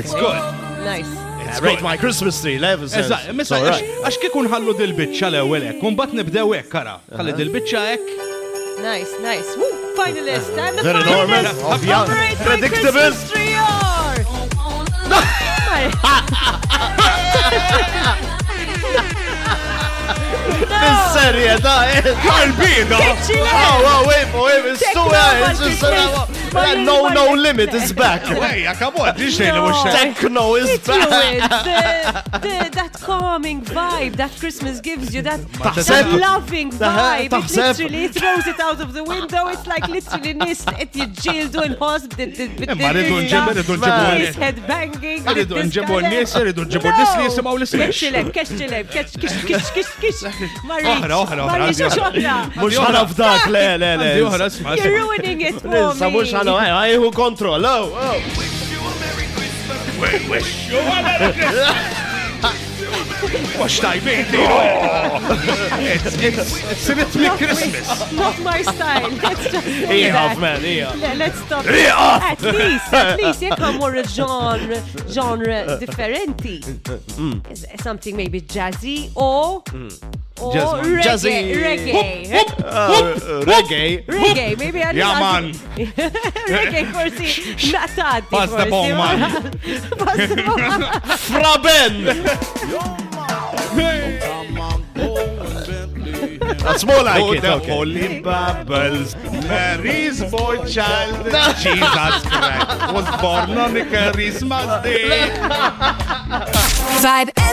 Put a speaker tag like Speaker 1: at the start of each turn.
Speaker 1: It's good.
Speaker 2: Nice.
Speaker 1: It's
Speaker 3: Rate
Speaker 1: good.
Speaker 3: my Christmas tree, level says. Eżatt,
Speaker 1: It's
Speaker 3: messa
Speaker 1: all right.
Speaker 3: għax kieku nħallu dil-bicċa l-ewwel hekk, mbagħad nibdew hekk kara. Ħalli dil-bicċa hekk.
Speaker 2: Nice, nice. Woo, finalist. I'm the
Speaker 3: Very normal,
Speaker 2: finalist.
Speaker 3: obvious,
Speaker 2: Operate my
Speaker 3: predictable.
Speaker 2: Christmas tree Oh. or-
Speaker 3: Is-serjetà,
Speaker 1: Għal-bida!
Speaker 2: Kitchen
Speaker 3: Oh, wow, wait, wait, it's
Speaker 2: Check no
Speaker 3: too
Speaker 2: one
Speaker 3: early. It's
Speaker 2: did
Speaker 3: just,
Speaker 2: this.
Speaker 3: uh,
Speaker 2: Only
Speaker 3: no,
Speaker 2: one
Speaker 3: no
Speaker 2: did
Speaker 3: limit
Speaker 2: this.
Speaker 3: is back.
Speaker 1: Wej, għakabot, diċtej li mux
Speaker 3: Techno is
Speaker 2: It's Oh. you,
Speaker 3: back.
Speaker 2: it's the, the, that calming vibe that Christmas gives you, that, that
Speaker 3: taħseb-
Speaker 2: loving
Speaker 3: taħ-
Speaker 2: vibe. It
Speaker 3: taħseb-
Speaker 2: literally throws it out of the window. It's like literally nis at your jail doing hospital.
Speaker 1: Imma rridu nġibu, rridu nġibu
Speaker 2: He's
Speaker 1: n-nies.
Speaker 2: headbanging.
Speaker 1: Rridu nġibu n-nies, rridu nġibu n-nies li jisimaw l-ismiċ.
Speaker 2: Kexilek, kexilek, kex, kex, kex, kex, kex. Marri,
Speaker 1: Oħra, oħra, oħra,
Speaker 2: Marri,
Speaker 1: għaddi,
Speaker 2: xoxoħra.
Speaker 3: Mux ħaraf dak, le, le, le.
Speaker 1: Għandi uħra, sma.
Speaker 2: You're ruining it for me.
Speaker 3: Nisa, mux ħaraf, għajhu kontrol, oh.
Speaker 1: Mux tajbin, Sibit mi Christmas.
Speaker 2: Not my style. Let's just say
Speaker 3: Iħaf,
Speaker 2: that.
Speaker 3: man, iħaf.
Speaker 2: Le- Let's stop.
Speaker 3: Riqaf!
Speaker 2: At least, at least, jekk ma morru genre, genre differenti.
Speaker 1: Mm.
Speaker 2: Is- Something maybe jazzy or or
Speaker 3: Jazz-
Speaker 2: reggae,
Speaker 3: jazzy.
Speaker 2: reggae,
Speaker 3: Reggae.
Speaker 2: reggae. Maybe I
Speaker 1: Yeah, man.
Speaker 2: reggae forsi natati.
Speaker 1: Pass the
Speaker 2: forsi,
Speaker 1: ball,
Speaker 2: ma-
Speaker 1: man.
Speaker 2: Pass the ball.
Speaker 3: Fraben. That's more like it, okay.
Speaker 1: Oh, holy bubbles. Mary's boy child. Jesus Christ. Was born on Christmas Day.
Speaker 4: Vibe